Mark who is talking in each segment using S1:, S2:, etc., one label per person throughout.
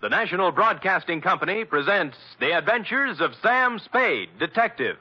S1: The National Broadcasting Company presents The Adventures of Sam Spade, Detective.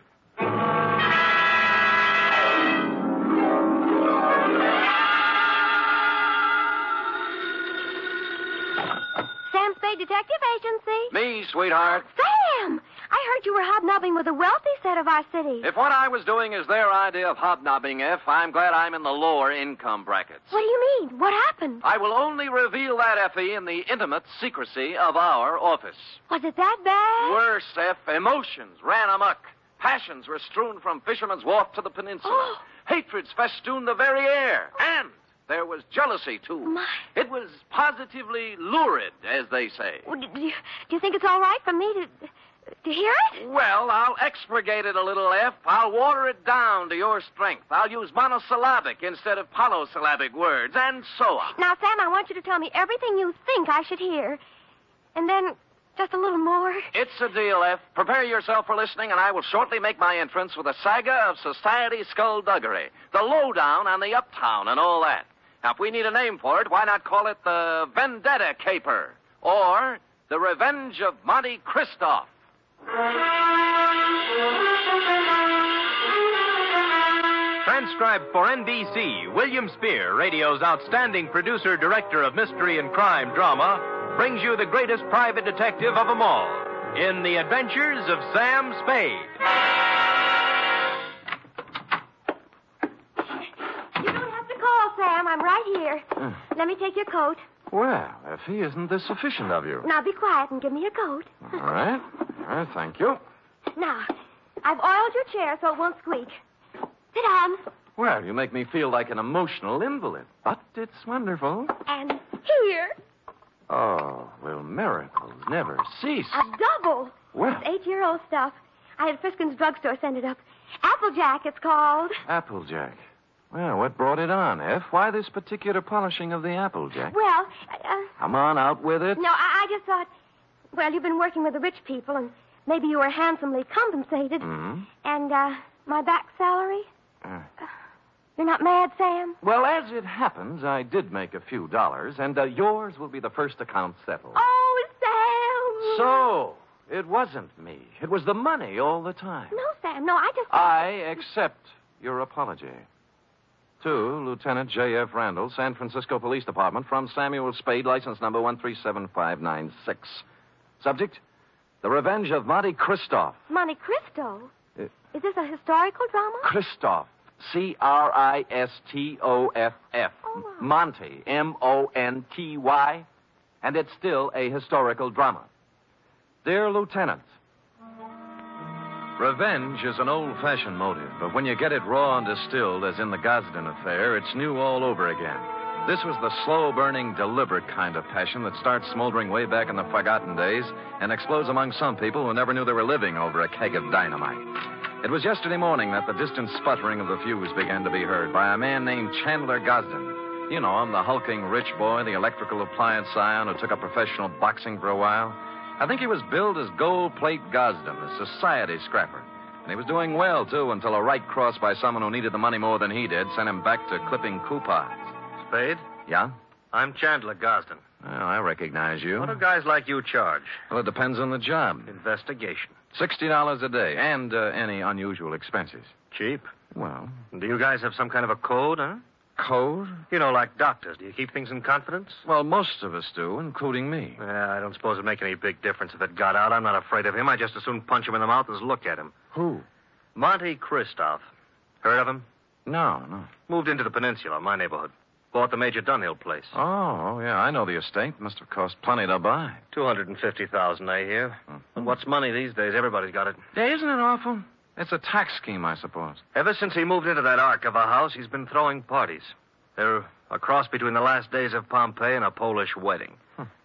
S2: Sam Spade Detective Agency.
S3: Me, sweetheart.
S2: Sam! I heard you were hobnobbing with a wealthy set of our city.
S3: If what I was doing is their idea of hobnobbing, F, I'm glad I'm in the lower income brackets.
S2: What do you mean? What
S4: Uh,
S2: happened?
S3: I will only reveal that, Effie, in the intimate secrecy of our office.
S2: Was it that bad?
S3: Worse, F, emotions ran amok. Passions were strewn from Fisherman's Wharf to the peninsula. Hatreds festooned the very air. And there was jealousy, too.
S2: My.
S3: It was positively lurid, as they say.
S2: Well, do, do you, do you think it's all right for me to to hear it?
S3: Well, I'll expurgate it a little, F. I'll water it down to your strength. I'll use monosyllabic instead of polysyllabic words, and so on.
S2: Now, Sam, I want you to tell me everything you think I should hear, and then just a little more.
S3: It's a deal, F. Prepare yourself for listening, and I will shortly make my entrance with a saga of society skullduggery, the lowdown on the uptown, and all that. Now, if we need a name for it, why not call it the Vendetta Caper or the Revenge of Monte Cristo?
S1: Transcribed for NBC, William Spear, radio's outstanding producer director of mystery and crime drama, brings you the greatest private detective of them all in The Adventures of Sam Spade.
S2: You don't have to call, Sam. I'm right here. Let me take your coat.
S4: Well, Effie, isn't this sufficient of you?
S2: Now, be quiet and give me your coat.
S4: All right. All right, thank you.
S2: Now, I've oiled your chair so it won't squeak. Sit down.
S4: Well, you make me feel like an emotional invalid, but it's wonderful.
S2: And here,
S4: Oh, will miracles never cease?
S2: a double.
S4: Well,
S2: It's eight-year-old stuff. I had Friskin's drugstore send it up. Applejack, it's called.
S4: Applejack. Well, what brought it on, F? Why this particular polishing of the Applejack?
S2: Well, uh,
S4: Come on, out with it.
S2: no, I, I just thought, well, you've been working with the rich people, and maybe you were handsomely compensated.
S4: Mhm.
S2: And uh, my back salary?
S4: Uh.
S2: You're not mad, Sam?
S4: Well, as it happens, I did make a few dollars, and uh, yours will be the first account settled.
S2: Oh, Sam!
S4: So, it wasn't me. It was the money all the time.
S2: No, Sam, no, I just.
S4: I accept your apology. To Lieutenant J.F. Randall, San Francisco Police Department, from Samuel Spade, license number 137596. Subject The Revenge of Monte Christoph.
S2: Monte Cristo?
S4: Uh,
S2: Is this a historical drama?
S4: Christoph. C R I S T O F F.
S2: Oh, wow.
S4: Monty. M O N T Y. And it's still a historical drama. Dear Lieutenant, Revenge is an old fashioned motive, but when you get it raw and distilled, as in the Gosden affair, it's new all over again. This was the slow burning, deliberate kind of passion that starts smoldering way back in the forgotten days and explodes among some people who never knew they were living over a keg of dynamite. It was yesterday morning that the distant sputtering of the fuse began to be heard by a man named Chandler Gosden. You know him, the hulking rich boy, the electrical appliance scion who took up professional boxing for a while. I think he was billed as Gold Plate Gosden, a society scrapper. And he was doing well, too, until a right cross by someone who needed the money more than he did sent him back to clipping coupons.
S5: Spade,
S4: Yeah?
S5: I'm Chandler Gosden.
S4: Well, I recognize you.
S5: What do guys like you charge?
S4: Well, it depends on the job.
S5: Investigation.
S4: $60 a day and uh, any unusual expenses.
S5: Cheap.
S4: Well,
S5: Do you guys have some kind of a code, huh?
S4: cold?
S5: You know, like doctors, do you keep things in confidence?
S4: Well, most of us do, including me.
S5: Yeah, I don't suppose it'd make any big difference if it got out. I'm not afraid of him. I just as soon punch him in the mouth as look at him.
S4: Who?
S5: Monte Christoph. Heard of him?
S4: No, no.
S5: Moved into the peninsula, my neighborhood. Bought the Major Dunhill place.
S4: Oh, yeah, I know the estate. Must have cost plenty to buy.
S5: Two hundred and fifty thousand, I hear.
S4: Hmm.
S5: And what's money these days? Everybody's got it.
S4: Yeah, isn't it awful? It's a tax scheme, I suppose.
S5: Ever since he moved into that ark of a house, he's been throwing parties. They're a cross between the last days of Pompeii and a Polish wedding.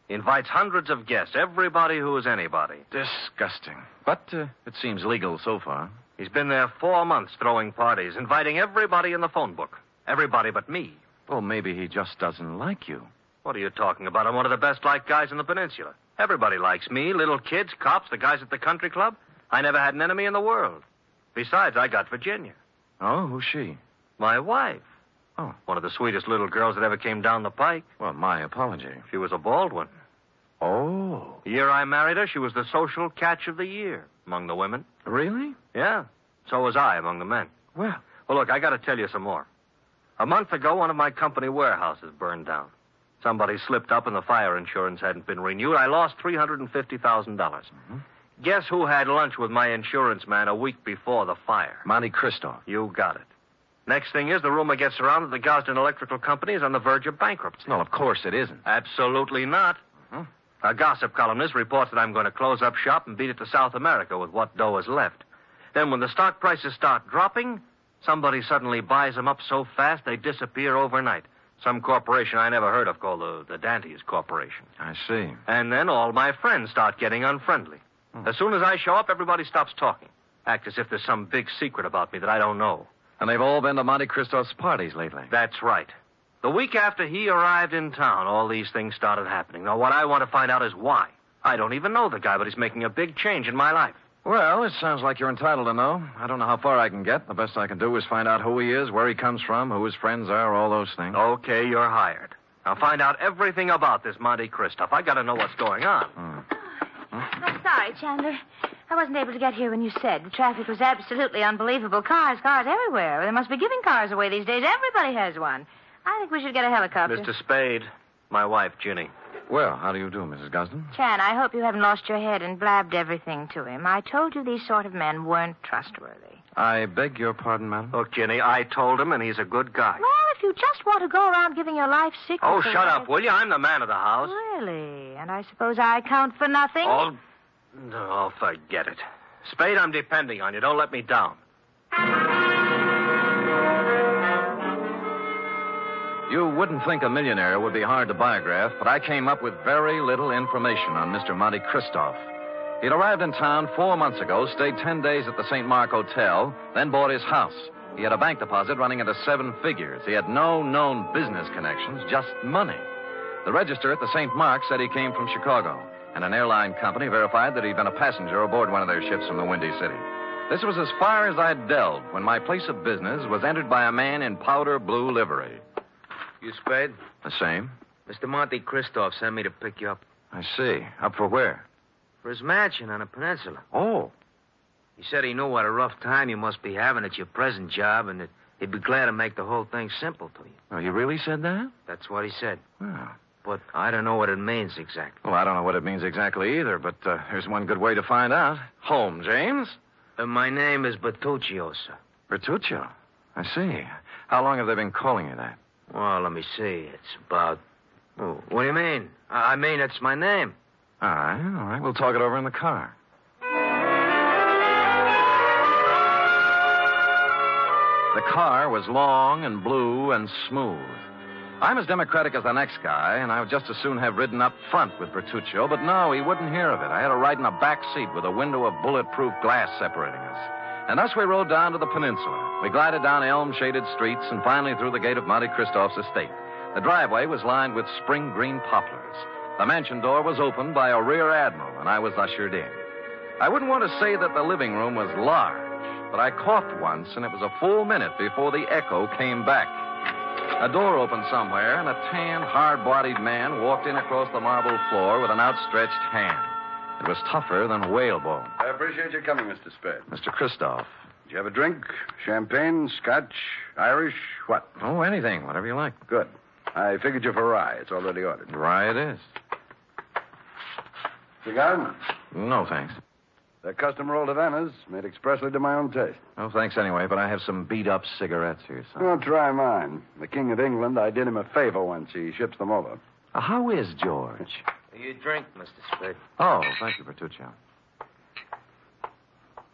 S5: He invites hundreds of guests, everybody who is anybody.
S4: Disgusting. But uh, it seems legal so far.
S5: He's been there four months throwing parties, inviting everybody in the phone book. Everybody but me.
S4: Well, maybe he just doesn't like you.
S5: What are you talking about? I'm one of the best liked guys in the peninsula. Everybody likes me little kids, cops, the guys at the country club. I never had an enemy in the world. Besides, I got Virginia,
S4: Oh, who's she?
S5: my wife.
S4: Oh.
S5: One of the sweetest little girls that ever came down the pike.
S4: Well, my apology.
S5: She was a bald one.
S4: Oh.
S5: The year I married her, she was the social catch of the year among the women.
S4: Really?
S5: Yeah, so was I among the men.
S4: Well,
S5: Well, Oh, look, I got to tell you some more. A month ago, one of my company warehouses burned down. Somebody slipped up, and the fire insurance hadn't been renewed. I lost three hundred and fifty thousand dollars. Guess who had lunch with my insurance man a week before the fire?
S4: Monte Cristo.
S5: You got it. Next thing is the rumor gets around that the Gosden Electrical Company is on the verge of bankruptcy.
S4: Well, of course it isn't.
S5: Absolutely not.
S4: Mhm.
S5: Hmm? A gossip columnist reports that I'm going to close up shop and beat it to South America with what dough is left. Then, when the stock prices start dropping, somebody suddenly buys them up so fast they disappear overnight. Some corporation I never heard of called the, the Dantes Corporation.
S4: I see.
S5: And then all my friends start getting unfriendly. As soon as I show up, everybody stops talking. Act as if there's some big secret about me that I don't know.
S4: And they've all been to Monte Cristo's parties lately.
S5: That's right. The week after he arrived in town, all these things started happening. Now, what I want to find out is why. I don't even know the guy, but he's making a big change in my life.
S4: Well, it sounds like you're entitled to know. I don't know how far I can get. The best I can do is find out who he is, where he comes from, who his friends are, all those things.
S5: Okay, you're hired. Now, find out everything about this Monte Christoph. I got to know what's going on.
S6: I'm sorry, Chandler. I wasn't able to get here when you said. The traffic was absolutely unbelievable. Cars, cars everywhere. They must be giving cars away these days. Everybody has one. I think we should get a helicopter.
S5: Mr. Spade, my wife, Ginny.
S4: Well, how do you do, Mrs. Gosden?
S6: Chan, I hope you haven't lost your head and blabbed everything to him. I told you these sort of men weren't trustworthy.
S4: I beg your pardon, madam.
S5: Look, Ginny, I told him, and he's a good guy.
S6: Well, if you just want to go around giving your life secrets.
S5: Oh, shut
S6: away-
S5: up, will you? I'm the man of the house.
S6: Really? And I suppose I count for nothing?
S5: Oh, no, forget it. Spade, I'm depending on you. Don't let me down.
S4: You wouldn't think a millionaire would be hard to biograph, but I came up with very little information on Mr. Monte Cristoff. He'd arrived in town four months ago, stayed ten days at the St. Mark Hotel, then bought his house. He had a bank deposit running into seven figures. He had no known business connections, just money. The register at the St. Mark said he came from Chicago, and an airline company verified that he'd been a passenger aboard one of their ships from the Windy City. This was as far as I'd delved when my place of business was entered by a man in powder blue livery.
S7: You Spade?
S4: The same.
S7: Mr. Monte Cristoff sent me to pick you up
S4: I see. Up for where?
S7: for his mansion on the peninsula.
S4: Oh.
S7: He said he knew what a rough time you must be having at your present job and that he'd be glad to make the whole thing simple to you.
S4: Well, oh, you really said that?
S7: That's what he said.
S4: Well,
S7: But I don't know what it means exactly.
S4: well I don't know what it means exactly either, but uh, here's one good way to find out. Home, James.
S7: Uh, my name is Bertuccio, sir.
S4: Bertuccio. I see. How long have they been calling you that?
S7: Well, let me see. It's about. Oh, what do you mean? I, I mean, it's my name.
S4: All right, Ah, all right. We'll talk it over in the car. The car was long and blue and smooth. I'm as democratic as the next guy, and I would just as soon have ridden up front with Bertuccio, but no, he wouldn't hear of it. I had to ride in a back seat with a window of bulletproof glass separating us. And thus we rode down to the peninsula. We glided down elm shaded streets and finally through the gate of Monte Cristoff's estate. The driveway was lined with spring green poplars. The mansion door was opened by a rear admiral, and I was ushered in. I wouldn't want to say that the living room was large, but I coughed once, and it was a full minute before the echo came back. A door opened somewhere, and a tan, hard bodied man walked in across the marble floor with an outstretched hand. It was tougher than whalebone.
S8: I appreciate your coming, Mr. Spade.
S4: Mr. Kristoff.
S8: Did you have a drink? Champagne, scotch, Irish, what?
S4: Oh, anything, whatever you like.
S8: Good. I figured you for rye. It's already ordered.
S4: Rye it is.
S8: Cigar?
S4: No, thanks.
S8: They're custom rolled Havanas, made expressly to my own taste.
S4: No, thanks anyway, but I have some beat up cigarettes here, son.
S8: Well, try mine. The King of England, I did him a favor once. He ships them over.
S4: Uh, How is George?
S7: You drink, Mr. Spade.
S4: Oh, thank you, Bertuccio.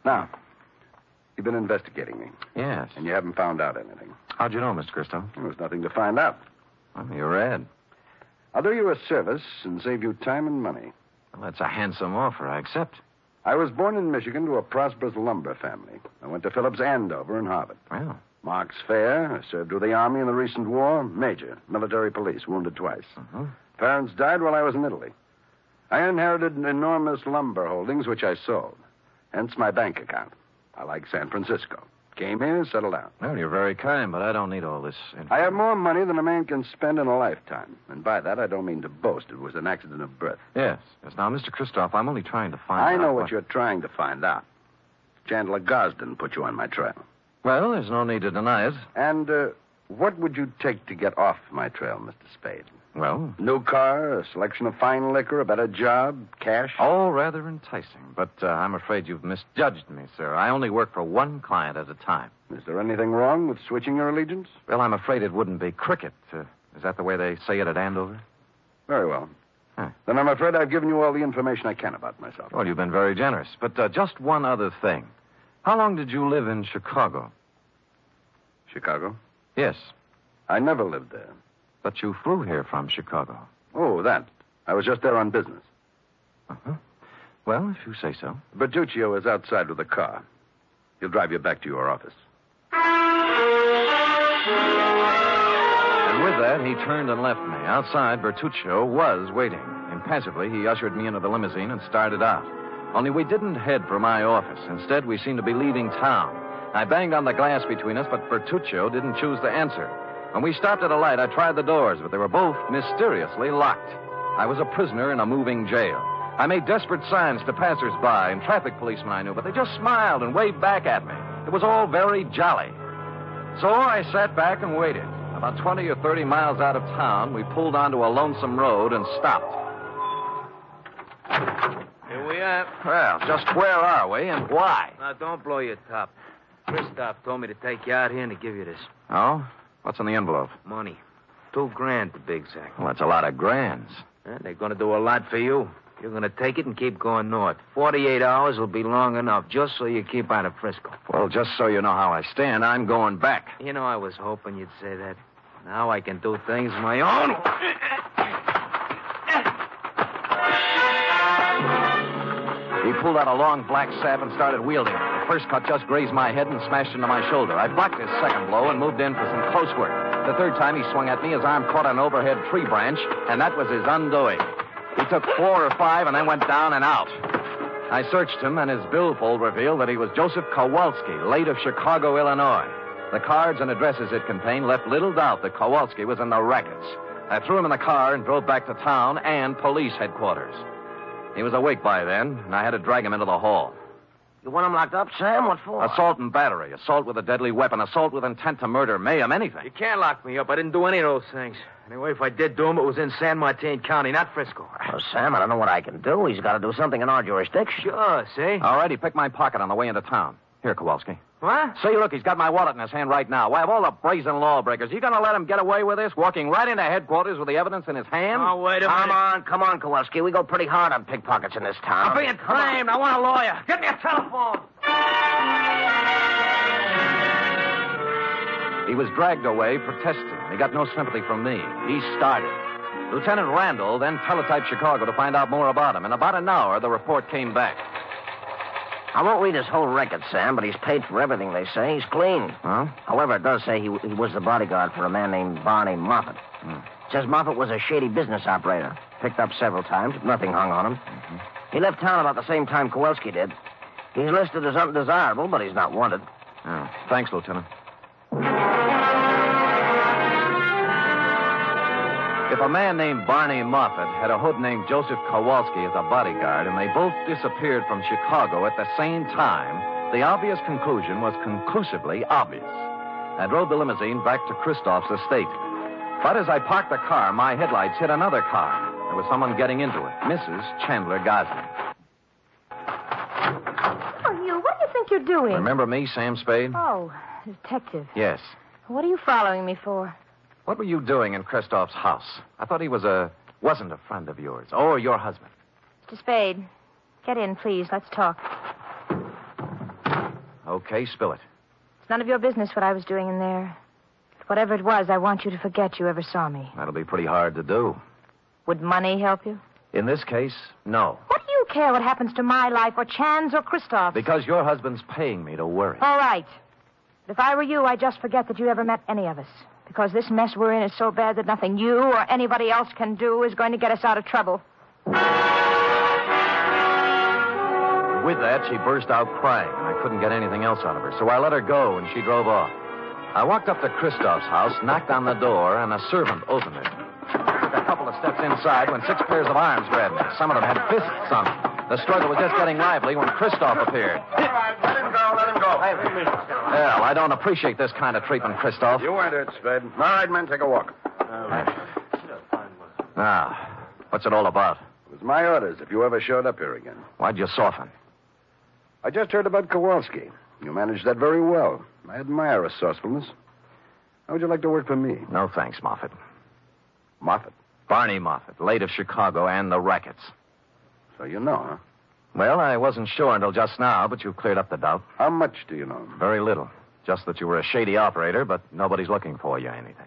S8: Now, you've been investigating me,
S4: Yes.
S8: and you haven't found out anything.
S4: How'd you know, Mr. Christoph?
S8: There was nothing to find out.
S4: Well, you read.
S8: I'll do you a service and save you time and money.
S4: Well, that's a handsome offer. I accept.
S8: I was born in Michigan to a prosperous lumber family. I went to Phillips Andover in Harvard.
S4: Well,
S8: Marks Fair, served with the Army in the recent war, major, military police, wounded twice.
S4: Mhm.
S8: Parents died while I was in Italy. I inherited enormous lumber holdings, which I sold. Hence my bank account. I like San Francisco. Came here, settled down.
S4: Well, you're very kind, but I don't need all this. Info.
S8: I have more money than a man can spend in a lifetime. And by that, I don't mean to boast. It was an accident of birth.
S4: Yes, yes. Now, Mr. Kristoff, I'm only trying to find.
S8: I
S4: out
S8: know what you're trying to find out. Chandler Gosden put you on my trail.
S4: Well, there's no need to deny it.
S8: And uh, what would you take to get off my trail, Mr. Spade?
S4: Well,
S8: New car, a selection of fine liquor, a better job, cash?
S4: all rather enticing, but uh, I'm afraid you've misjudged me, sir. I only work for one client at a time.
S8: Is there anything wrong with switching your allegiance?
S4: Well, I'm afraid it wouldn't be cricket. Uh, is that the way they say it at Andover?
S8: Very well.
S4: Huh.
S8: Then I'm afraid I've given you all the information I can about myself.
S4: Well, you've been very generous. But uh, just one other thing. How long did you live in Chicago?
S8: Chicago?
S4: Yes,
S8: I never lived there.
S4: but you flew here from Chicago.
S8: Oh, that. I was just there on business.
S4: Uh-huh. Well, if you say so.
S8: Bertuccio is outside with a car. He'll drive you back to your office.
S4: And with that, he turned and left me. Outside, Bertuccio was waiting. Impassively, he ushered me into the limousine and started out. Only we didn't head for my office. Instead, we seemed to be leaving town. I banged on the glass between us, but Bertuccio didn't choose to answer. When we stopped at a light, I tried the doors, but they were both mysteriously locked. I was a prisoner in a moving jail. I made desperate signs to passersby and traffic policemen I knew, but they just smiled and waved back at me. It was all very jolly. So I sat back and waited. About 20 or 30 miles out of town, we pulled onto a lonesome road and stopped.
S7: Here we are.
S4: Well, just where are we and why?
S7: Now, don't blow your top. Christoph told me to take you out here and to give you this
S4: Oh? What's in the envelope?
S7: money. Two grand to be exact.
S4: Well, that's a lot of grands.
S7: And they're going to do a lot for you. You're going to take it and keep going north. 48 hours will be long enough just so you keep out of Frisco.
S4: Well, just so you know how I stand, I'm going back.
S7: You know, I was hoping you'd say that. Now I can do things my own.
S4: He pulled out a long black sap and started wielding it. The first cut just grazed my head and smashed into my shoulder. I blocked his second blow and moved in for some close work. The third time he swung at me, his arm caught an overhead tree branch, and that was his undoing. He took four or five and then went down and out. I searched him, and his billfold revealed that he was Joseph Kowalski, late of Chicago, Illinois. The cards and addresses it contained left little doubt that Kowalski was in the rackets. I threw him in the car and drove back to town and police headquarters. He was awake by then, and I had to drag him into the hall.
S7: You want them locked up, Sam? What for?
S4: Assault and battery, assault with a deadly weapon, assault with intent to murder, mayhem,
S7: You
S4: anything.
S7: can't lock me up. I didn't do any of those things. Anyway, if I did do them, it was in San Martin County, not Frisco.
S9: Oh, Sam, I don't know what I can do. He's got to do something in our jurisdiction.
S7: Sure, see?
S4: All right, he picked my pocket on the way into town. Here, Kowalski.
S7: What?
S4: See, look, he's got my wallet in his hand right now. Why, of all the brazen lawbreakers, you going to let him get away with this, walking right into headquarters with the evidence in his hand?
S7: Oh, wait a
S9: Come
S7: minute.
S9: on, come on, Kowalski. We go pretty hard on pickpockets in this town.
S7: I'm being claimed. I want a lawyer. Get me a telephone.
S4: He was dragged away protesting. He got no sympathy from me. He started. Lieutenant Randall then teletyped Chicago to find out more about him. In about an hour, the report came back.
S9: I won't read his whole record, Sam, but he's paid for everything, they say. He's clean.
S4: Huh?
S9: However, it does say he, he was the bodyguard for a man named Barney Moffat.
S4: Hmm.
S9: Says Moffat was a shady business operator. Picked up several times, but nothing hung on him.
S4: Mm-hmm.
S9: He left town about the same time Kowalski did. He's listed as undesirable, but he's not wanted.
S4: Oh, thanks, Lieutenant. If a man named Barney Moffat had a hood named Joseph Kowalski as a bodyguard and they both disappeared from Chicago at the same time, the obvious conclusion was conclusively obvious. I drove the limousine back to Christoph's estate. But as I parked the car, my headlights hit another car. There was someone getting into it, Mrs. Chandler Gosling.
S6: Oh, you, what do you think you're doing?
S4: Remember me, Sam Spade?
S6: Oh, detective.
S4: Yes.
S6: What are you following me for?
S4: What were you doing in Kristoff's house? I thought he was a wasn't a friend of yours or your husband.
S6: Mr. Spade, get in, please. Let's talk.
S4: Okay, spill it.
S6: It's none of your business what I was doing in there. Whatever it was, I want you to forget you ever saw me.
S4: That'll be pretty hard to do.
S6: Would money help you?
S4: In this case, no,
S6: What do you care what happens to my life or Chan's or Christoph's?
S4: because your husband's paying me to worry.
S6: All right. But if I were you, I'd just forget that you ever met any of us. Because this mess we're in is so bad that nothing you or anybody else can do is going to get us out of trouble.
S4: With that, she burst out crying, and I couldn't get anything else out of her, so I let her go, and she drove off. I walked up to Christoph's house, knocked on the door, and a servant opened it. Took a couple of steps inside when six pairs of arms grabbed me. Some of them had fists on them. The struggle was just getting lively when Christoph appeared.
S10: All right, let him go, let him go.
S4: Hell, I don't appreciate this kind of treatment, Christoph.
S8: You enter it, Spade. All right, men, take a walk.
S4: Now, Ah, what's it all about?
S8: It was my orders if you ever showed up here again.
S4: Why'd you soften?
S8: I just heard about Kowalski. You managed that very well. I admire resourcefulness. How would you like to work for me?
S4: No thanks, Moffat.
S8: Moffat.
S4: Barney Moffat, late of Chicago and the rackets.
S8: So you know, huh?
S4: Well, I wasn't sure until just now, but you've cleared up the doubt.
S8: How much do you know?
S4: Very little. Just that you were a shady operator, but nobody's looking for you or anything.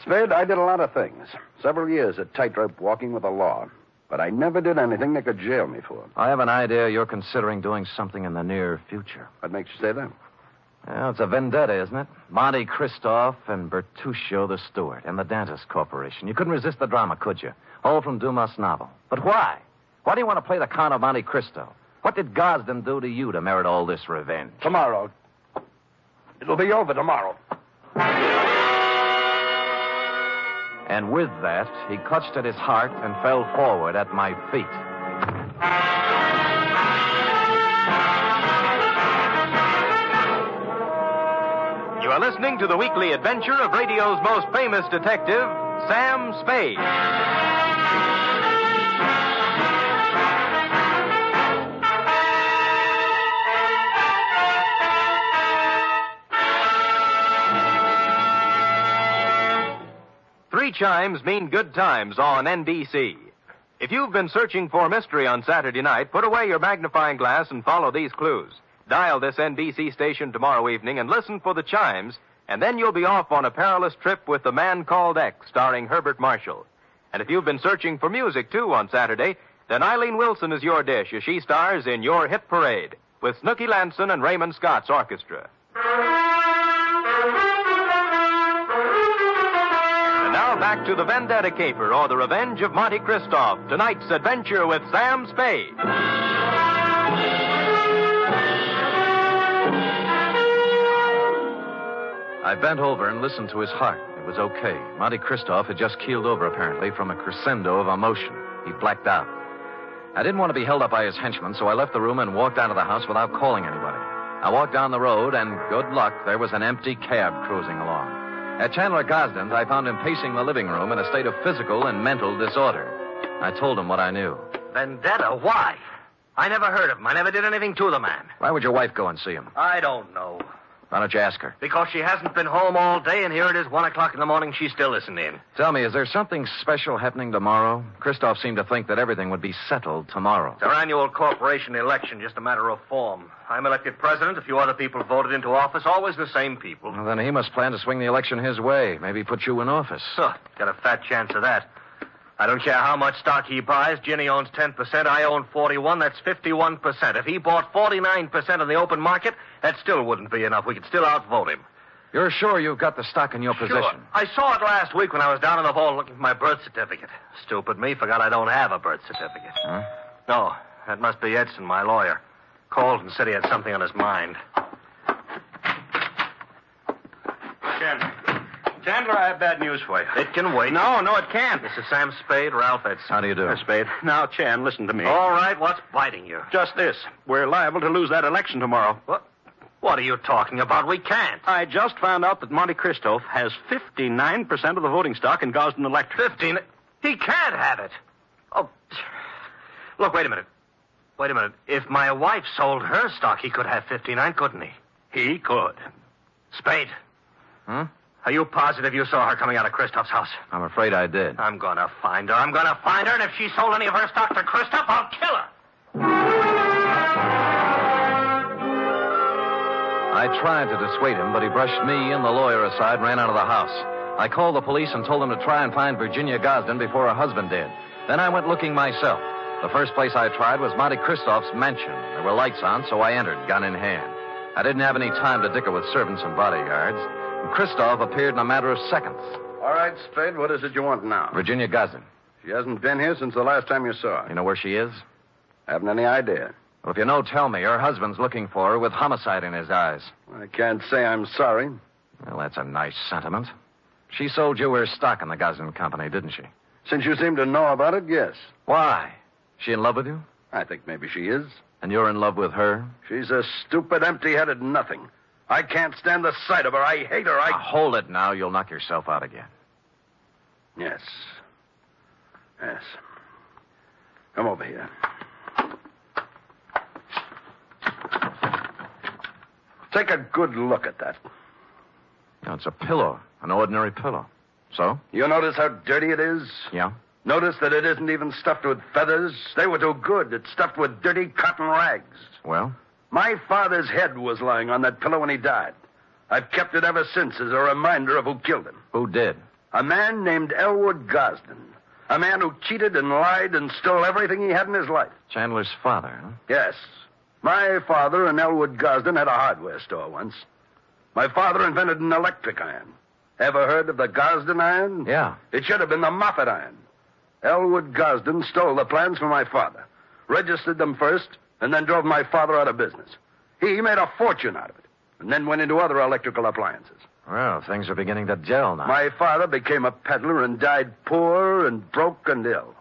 S8: Spade, I did a lot of things. Several years at tightrope walking with the law. But I never did anything they could jail me for.
S4: I have an idea you're considering doing something in the near future.
S8: What makes you say that?
S4: Well, it's a vendetta, isn't it? Monte Cristoff and Bertuccio the Steward and the Dentist Corporation. You couldn't resist the drama, could you? All from Dumas' novel. But why? Why do you want to play the Count of Monte Cristo? What did Gosden do to you to merit all this revenge?
S10: Tomorrow. It'll be over tomorrow.
S4: And with that, he clutched at his heart and fell forward at my feet.
S1: You are listening to the weekly adventure of radio's most famous detective, Sam Spade. Three chimes mean good times on NBC. If you've been searching for mystery on Saturday night, put away your magnifying glass and follow these clues. Dial this NBC station tomorrow evening and listen for the chimes, and then you'll be off on a perilous trip with The Man Called X, starring Herbert Marshall. And if you've been searching for music, too, on Saturday, then Eileen Wilson is your dish as she stars in Your Hit Parade with Snooky Lanson and Raymond Scott's orchestra. And now back to The Vendetta Caper or The Revenge of Monte Cristoff, tonight's adventure with Sam Spade.
S4: I bent over and listened to his heart. It was okay. Monte Cristoff had just keeled over, apparently, from a crescendo of emotion. He blacked out. I didn't want to be held up by his henchmen, so I left the room and walked out of the house without calling anybody. I walked down the road, and good luck, there was an empty cab cruising along. At Chandler Gosden's, I found him pacing the living room in a state of physical and mental disorder. I told him what I knew.
S5: Vendetta? Why? I never heard of him. I never did anything to the man.
S4: Why would your wife go and see him?
S5: I don't know.
S4: Why don't you ask her?
S5: Because she hasn't been home all day, and here it is, one o'clock in the morning. She still isn't in.
S4: Tell me, is there something special happening tomorrow? Christoph seemed to think that everything would be settled tomorrow.
S5: It's our annual corporation election, just a matter of form. I'm elected president. A few other people voted into office. Always the same people.
S4: Well, then he must plan to swing the election his way. Maybe put you in office.
S5: Huh, got a fat chance of that. I don't care how much stock he buys. Ginny owns 10%. I own 41. That's 51%. If he bought 49% in the open market, that still wouldn't be enough. We could still outvote him.
S4: You're sure you've got the stock in your
S5: Sure.
S4: possession?
S5: I saw it last week when I was down in the hall looking for my birth certificate. Stupid me. Forgot I don't have a birth certificate.
S4: Huh?
S5: No, that must be Edson, my lawyer. Called and said he had something on his mind.
S10: Chandler. Chandler, I have bad news for you.
S5: It can wait.
S10: No, no, it can't.
S5: This is Sam Spade, Ralph Edson.
S4: How do you do?
S10: Now, Spade. Now, Chan, listen to me.
S5: All right, what's biting you?
S10: Just this. We're liable to lose that election tomorrow.
S5: What? What are you talking about? We can't.
S10: I just found out that Monte Cristo has 59% of the voting stock in Gosden Electric.
S5: Fifteen. He can't have it. Oh, look, wait a minute. Wait a minute. If my wife sold her stock, he could have 59, couldn't he?
S10: He could.
S5: Spade,
S4: Hmm?
S5: are you positive you saw her coming out of Christoph's house?
S4: I'm afraid I did.
S5: I'm gonna find her. I'm gonna find her, and if she sold any of her stock to Christoph, I'll kill her.
S4: I tried to dissuade him, but he brushed me and the lawyer aside and ran out of the house. I called the police and told them to try and find Virginia Gosden before her husband did. Then I went looking myself. The first place I tried was Monte Cristoff's mansion. There were lights on, so I entered, gun in hand. I didn't have any time to dicker with servants and bodyguards. And Kristoff appeared in a matter of seconds.
S8: All right, Spade, what is it you want now?
S4: Virginia Gosden.
S8: She hasn't been here since the last time you saw her.
S4: You know where she is?
S8: Haven't any idea.
S4: Well, if you know, tell me. Her husband's looking for her with homicide in his eyes.
S8: I can't say I'm sorry.
S4: Well, that's a nice sentiment. She sold you her stock in the Goslin Company, didn't she?
S8: Since you seem to know about it, yes.
S4: Why? She in love with you?
S8: I think maybe she is.
S4: And you're in love with her?
S8: She's a stupid, empty headed nothing. I can't stand the sight of her. I hate her. I.
S4: Now, hold it now. You'll knock yourself out again.
S8: Yes. Yes. Come over here. Take a good look at that.
S4: No, it's a pillow, an ordinary pillow. So?
S8: You notice how dirty it is?
S4: Yeah.
S8: Notice that it isn't even stuffed with feathers. They were too good. It's stuffed with dirty cotton rags.
S4: Well?
S8: My father's head was lying on that pillow when he died. I've kept it ever since as a reminder of who killed him.
S4: Who did?
S8: A man named Elwood Gosden. A man who cheated and lied and stole everything he had in his life.
S4: Chandler's father, huh?
S8: Yes. My father and Elwood Gosden had a hardware store once. My father invented an electric iron. Ever heard of the Gosden iron?
S4: Yeah.
S8: It should have been the Moffat iron. Elwood Gosden stole the plans from my father, registered them first, and then drove my father out of business. He made a fortune out of it, and then went into other electrical appliances.
S4: Well, things are beginning to gel now.
S8: My father became a peddler and died poor and broke and ill.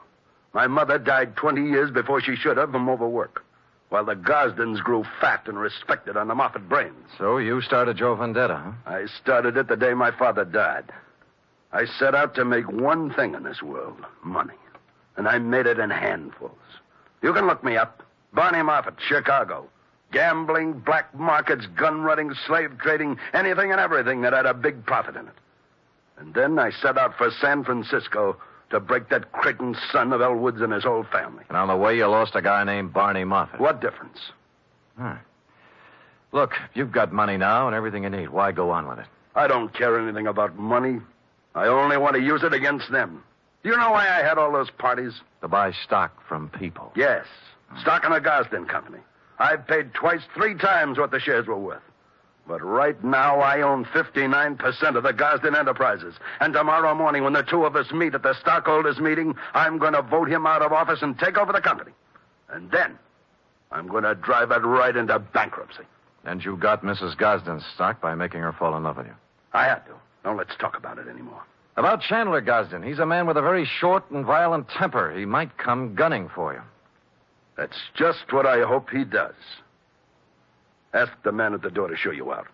S8: My mother died 20 years before she should have from overwork, while the Gosdens grew fat and respected on the Moffat brains.
S4: So you started your vendetta, huh?
S8: I started it the day my father died. I set out to make one thing in this world money. And I made it in handfuls. You can look me up Barney Moffat, Chicago. Gambling, black markets, gun running, slave trading, anything and everything that had a big profit in it. And then I set out for San Francisco to break that cretin son of Elwood's and his whole family.
S4: And on the way, you lost a guy named Barney Moffat.
S8: What difference?
S4: Huh. Look, you've got money now and everything you need. Why go on with it?
S8: I don't care anything about money. I only want to use it against them. Do you know why I had all those parties?
S4: To buy stock from people.
S8: Yes. Stock in a Gosden company. I've paid twice, three times what the shares were worth. But right now, I own 59% of the Gosden Enterprises. And tomorrow morning, when the two of us meet at the stockholders' meeting, I'm going to vote him out of office and take over the company. And then, I'm going to drive it right into bankruptcy.
S4: And you got Mrs. Gosden's stock by making her fall in love with you.
S8: I had to. Don't let's talk about it anymore.
S4: About Chandler Gosden, he's a man with a very short and violent temper. He might come gunning for you.
S8: That's just what I hope he does. Ask the man at the door to show you out.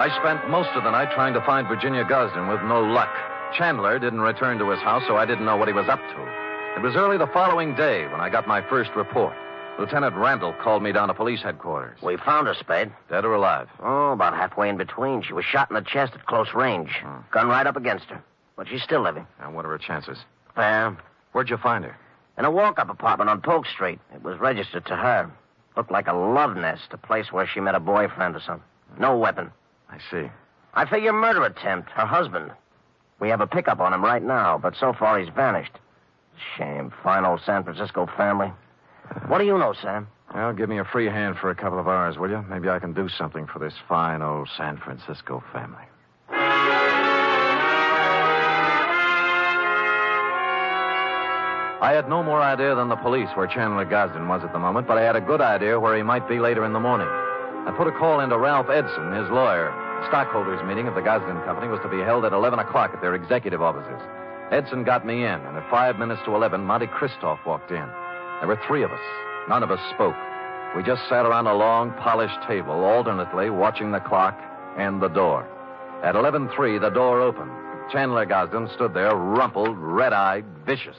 S4: I spent most of the night trying to find Virginia Gosden with no luck. Chandler didn't return to his house, so I didn't know what he was up to. It was early the following day when I got my first report. Lieutenant Randall called me down to police headquarters.
S9: We found her, Spade.
S4: Dead or alive?
S9: Oh, about halfway in between. She was shot in the chest at close range.
S5: Hmm.
S9: Gun right up against her. But she's still living.
S4: And what are her chances?
S9: Well,
S4: Where'd you find her?
S9: in a walk up apartment on Polk Street. It was registered to her. Looked like a love nest, a place where she met a boyfriend or something. No weapon.
S4: I see.
S9: I figure murder attempt, her husband. We have a pickup on him right now, but so far he's vanished. Shame. Fine old San Francisco family. What do you know, Sam?
S4: Well, give me a free hand for a couple of hours, will you? Maybe I can do something for this fine old San Francisco family. I had no more idea than the police where Chandler Gosden was at the moment, but I had a good idea where he might be later in the morning. I put a call into Ralph Edson, his lawyer. The stockholders' meeting of the Gosden Company was to be held at 11 o'clock at their executive offices. Edson got me in, and at five minutes to 11, Monte Kristoff walked in. There were three of us. None of us spoke. We just sat around a long, polished table, alternately watching the clock and the door. At 11.03, the door opened. Chandler Gosden stood there, rumpled, red-eyed, vicious.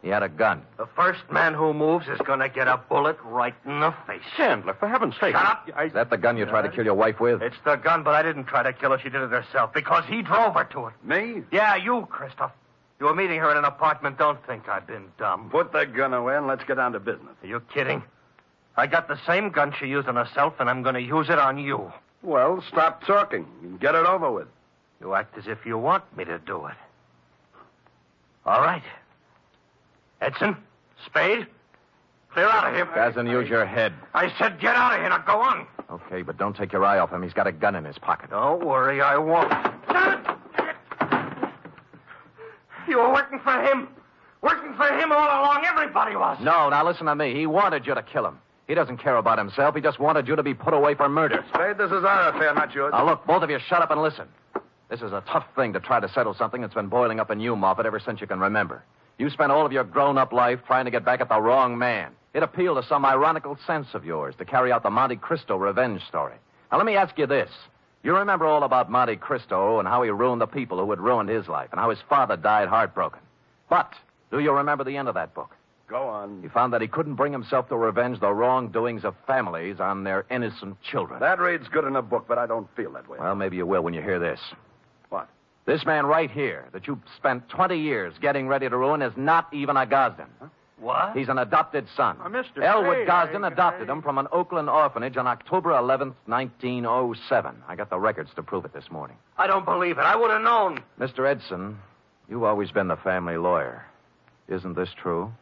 S4: He had a gun.
S5: The first man who moves is going to get a bullet right in the face.
S10: Chandler, for heaven's sake.
S5: Shut up.
S10: I...
S4: Is that the gun you tried to kill your wife with?
S5: It's the gun, but I didn't try to kill her. She did it herself because he drove her to it.
S8: Me?
S5: Yeah, you, Christoph. You were meeting her in an apartment. Don't think I've been dumb.
S8: Put that gun away and let's get down to business.
S5: Are you kidding? I got the same gun she used on herself, and I'm going to use it on you.
S8: Well, stop talking and get it over with.
S5: You act as if you want me to do it. All right. Edson, Spade, clear out of here.
S4: Gosden, use your head.
S5: I said get out of here. Now go on.
S4: Okay, but don't take your eye off him. He's got a gun in his pocket.
S5: Don't worry, I won't. You were working for him. Working for him all along, everybody was.
S4: No, now listen to me. He wanted you to kill him. He doesn't care about himself. He just wanted you to be put away for murder.
S8: Spade, this is our affair, not yours.
S4: Now, look, both of you shut up and listen. This is a tough thing to try to settle something that's been boiling up in you, Moffat, ever since you can remember. You spent all of your grown up life trying to get back at the wrong man. It appealed to some ironical sense of yours to carry out the Monte Cristo revenge story. Now, let me ask you this. You remember all about Monte Cristo and how he ruined the people who had ruined his life and how his father died heartbroken. But do you remember the end of that book?
S8: Go on.
S4: He found that he couldn't bring himself to revenge the wrongdoings of families on their innocent children.
S8: That reads good in a book, but I don't feel that way.
S10: Uh,
S4: Well, maybe you will when you hear this.
S8: What?
S4: This man right here that you spent 20 years getting ready to ruin is not even a Gosden.
S5: What?
S4: He's an adopted son.
S11: Uh, Mr.
S4: Elwood
S11: Spade,
S4: Gosden
S11: I-
S4: adopted
S11: I-
S4: him from an Oakland orphanage on October 11th, 1907. I got the records to prove it this morning.
S5: I don't believe it. I would have known.
S4: Mr. Edson, you've always been the family lawyer. Isn't this true?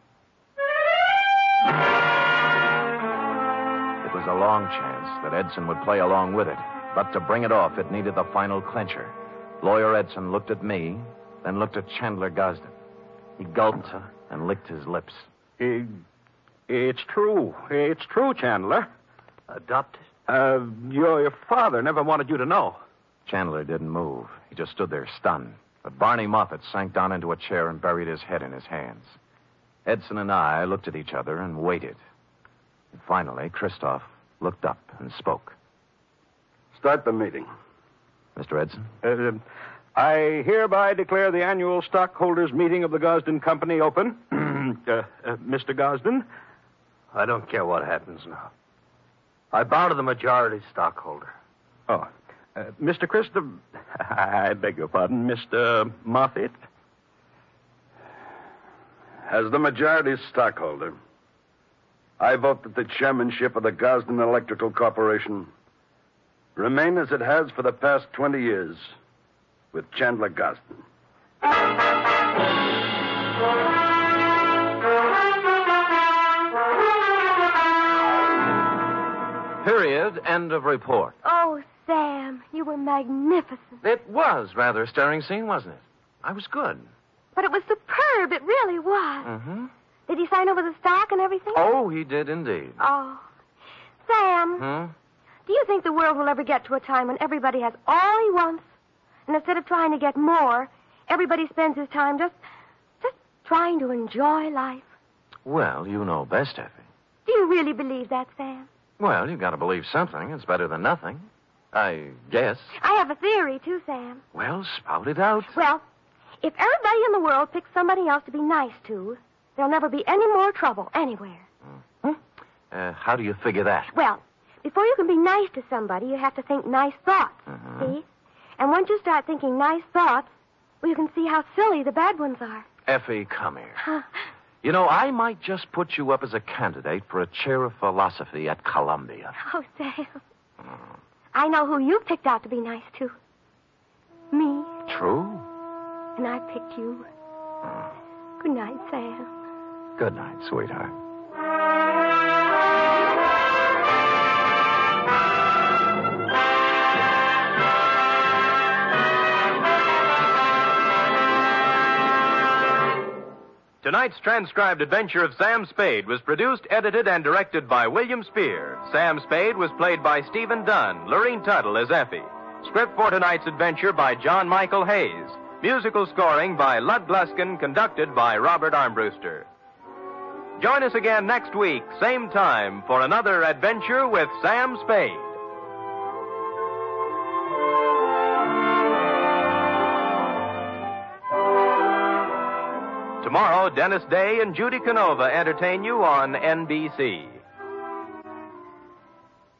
S4: It was a long chance that Edson would play along with it, but to bring it off, it needed the final clincher. Lawyer Edson looked at me, then looked at Chandler Gosden. He gulped and licked his lips.
S10: It- it's true. It's true, Chandler.
S5: Adopted?
S10: Uh, your, your father never wanted you to know.
S4: Chandler didn't move. He just stood there stunned. But Barney Moffat sank down into a chair and buried his head in his hands. Edson and I looked at each other and waited. And finally, Christoph looked up and spoke.
S8: Start the meeting.
S4: Mr. Edson?
S10: Uh, I hereby declare the annual stockholders' meeting of the Gosden Company open. uh, uh, Mr. Gosden,
S5: I don't care what happens now. I bow to the majority stockholder.
S10: Oh, uh, Mr. Christopher. I beg your pardon, Mr. Moffat.
S8: As the majority stockholder, I vote that the chairmanship of the Gosden Electrical Corporation remain as it has for the past 20 years with Chandler Gosden.
S4: Period. End of report.
S2: Oh, Sam, you were magnificent.
S4: It was rather a stirring scene, wasn't it? I was good.
S2: But it was superb. It really was.
S4: Mm-hmm.
S2: Did he sign over the stock and everything?
S4: Oh, he did indeed.
S2: Oh. Sam,
S4: Hmm?
S2: do you think the world will ever get to a time when everybody has all he wants? And instead of trying to get more, everybody spends his time just just trying to enjoy life.
S4: Well, you know best, Effie.
S2: Do you really believe that, Sam?
S4: Well, you've got to believe something. It's better than nothing. I guess.
S2: I have a theory, too, Sam.
S4: Well, spout it out.
S2: Well, if everybody in the world picks somebody else to be nice to, there'll never be any more trouble anywhere.
S4: Uh, how do you figure that?
S2: Well, before you can be nice to somebody, you have to think nice thoughts. See? And once you start thinking nice thoughts, well, you can see how silly the bad ones are.
S4: Effie, come here. You know, I might just put you up as a candidate for a chair of philosophy at Columbia.
S2: Oh, Sam. I know who you picked out to be nice to. Me,
S4: True?
S2: and I picked you. Good night, Sam.
S4: Good night, sweetheart.
S1: Tonight's transcribed adventure of Sam Spade was produced, edited, and directed by William Spear. Sam Spade was played by Stephen Dunn, Lorene Tuttle as Effie. Script for tonight's adventure by John Michael Hayes. Musical scoring by Lud Gluskin, conducted by Robert Armbruster. Join us again next week, same time, for another adventure with Sam Spade. Tomorrow, Dennis Day and Judy Canova entertain you on NBC.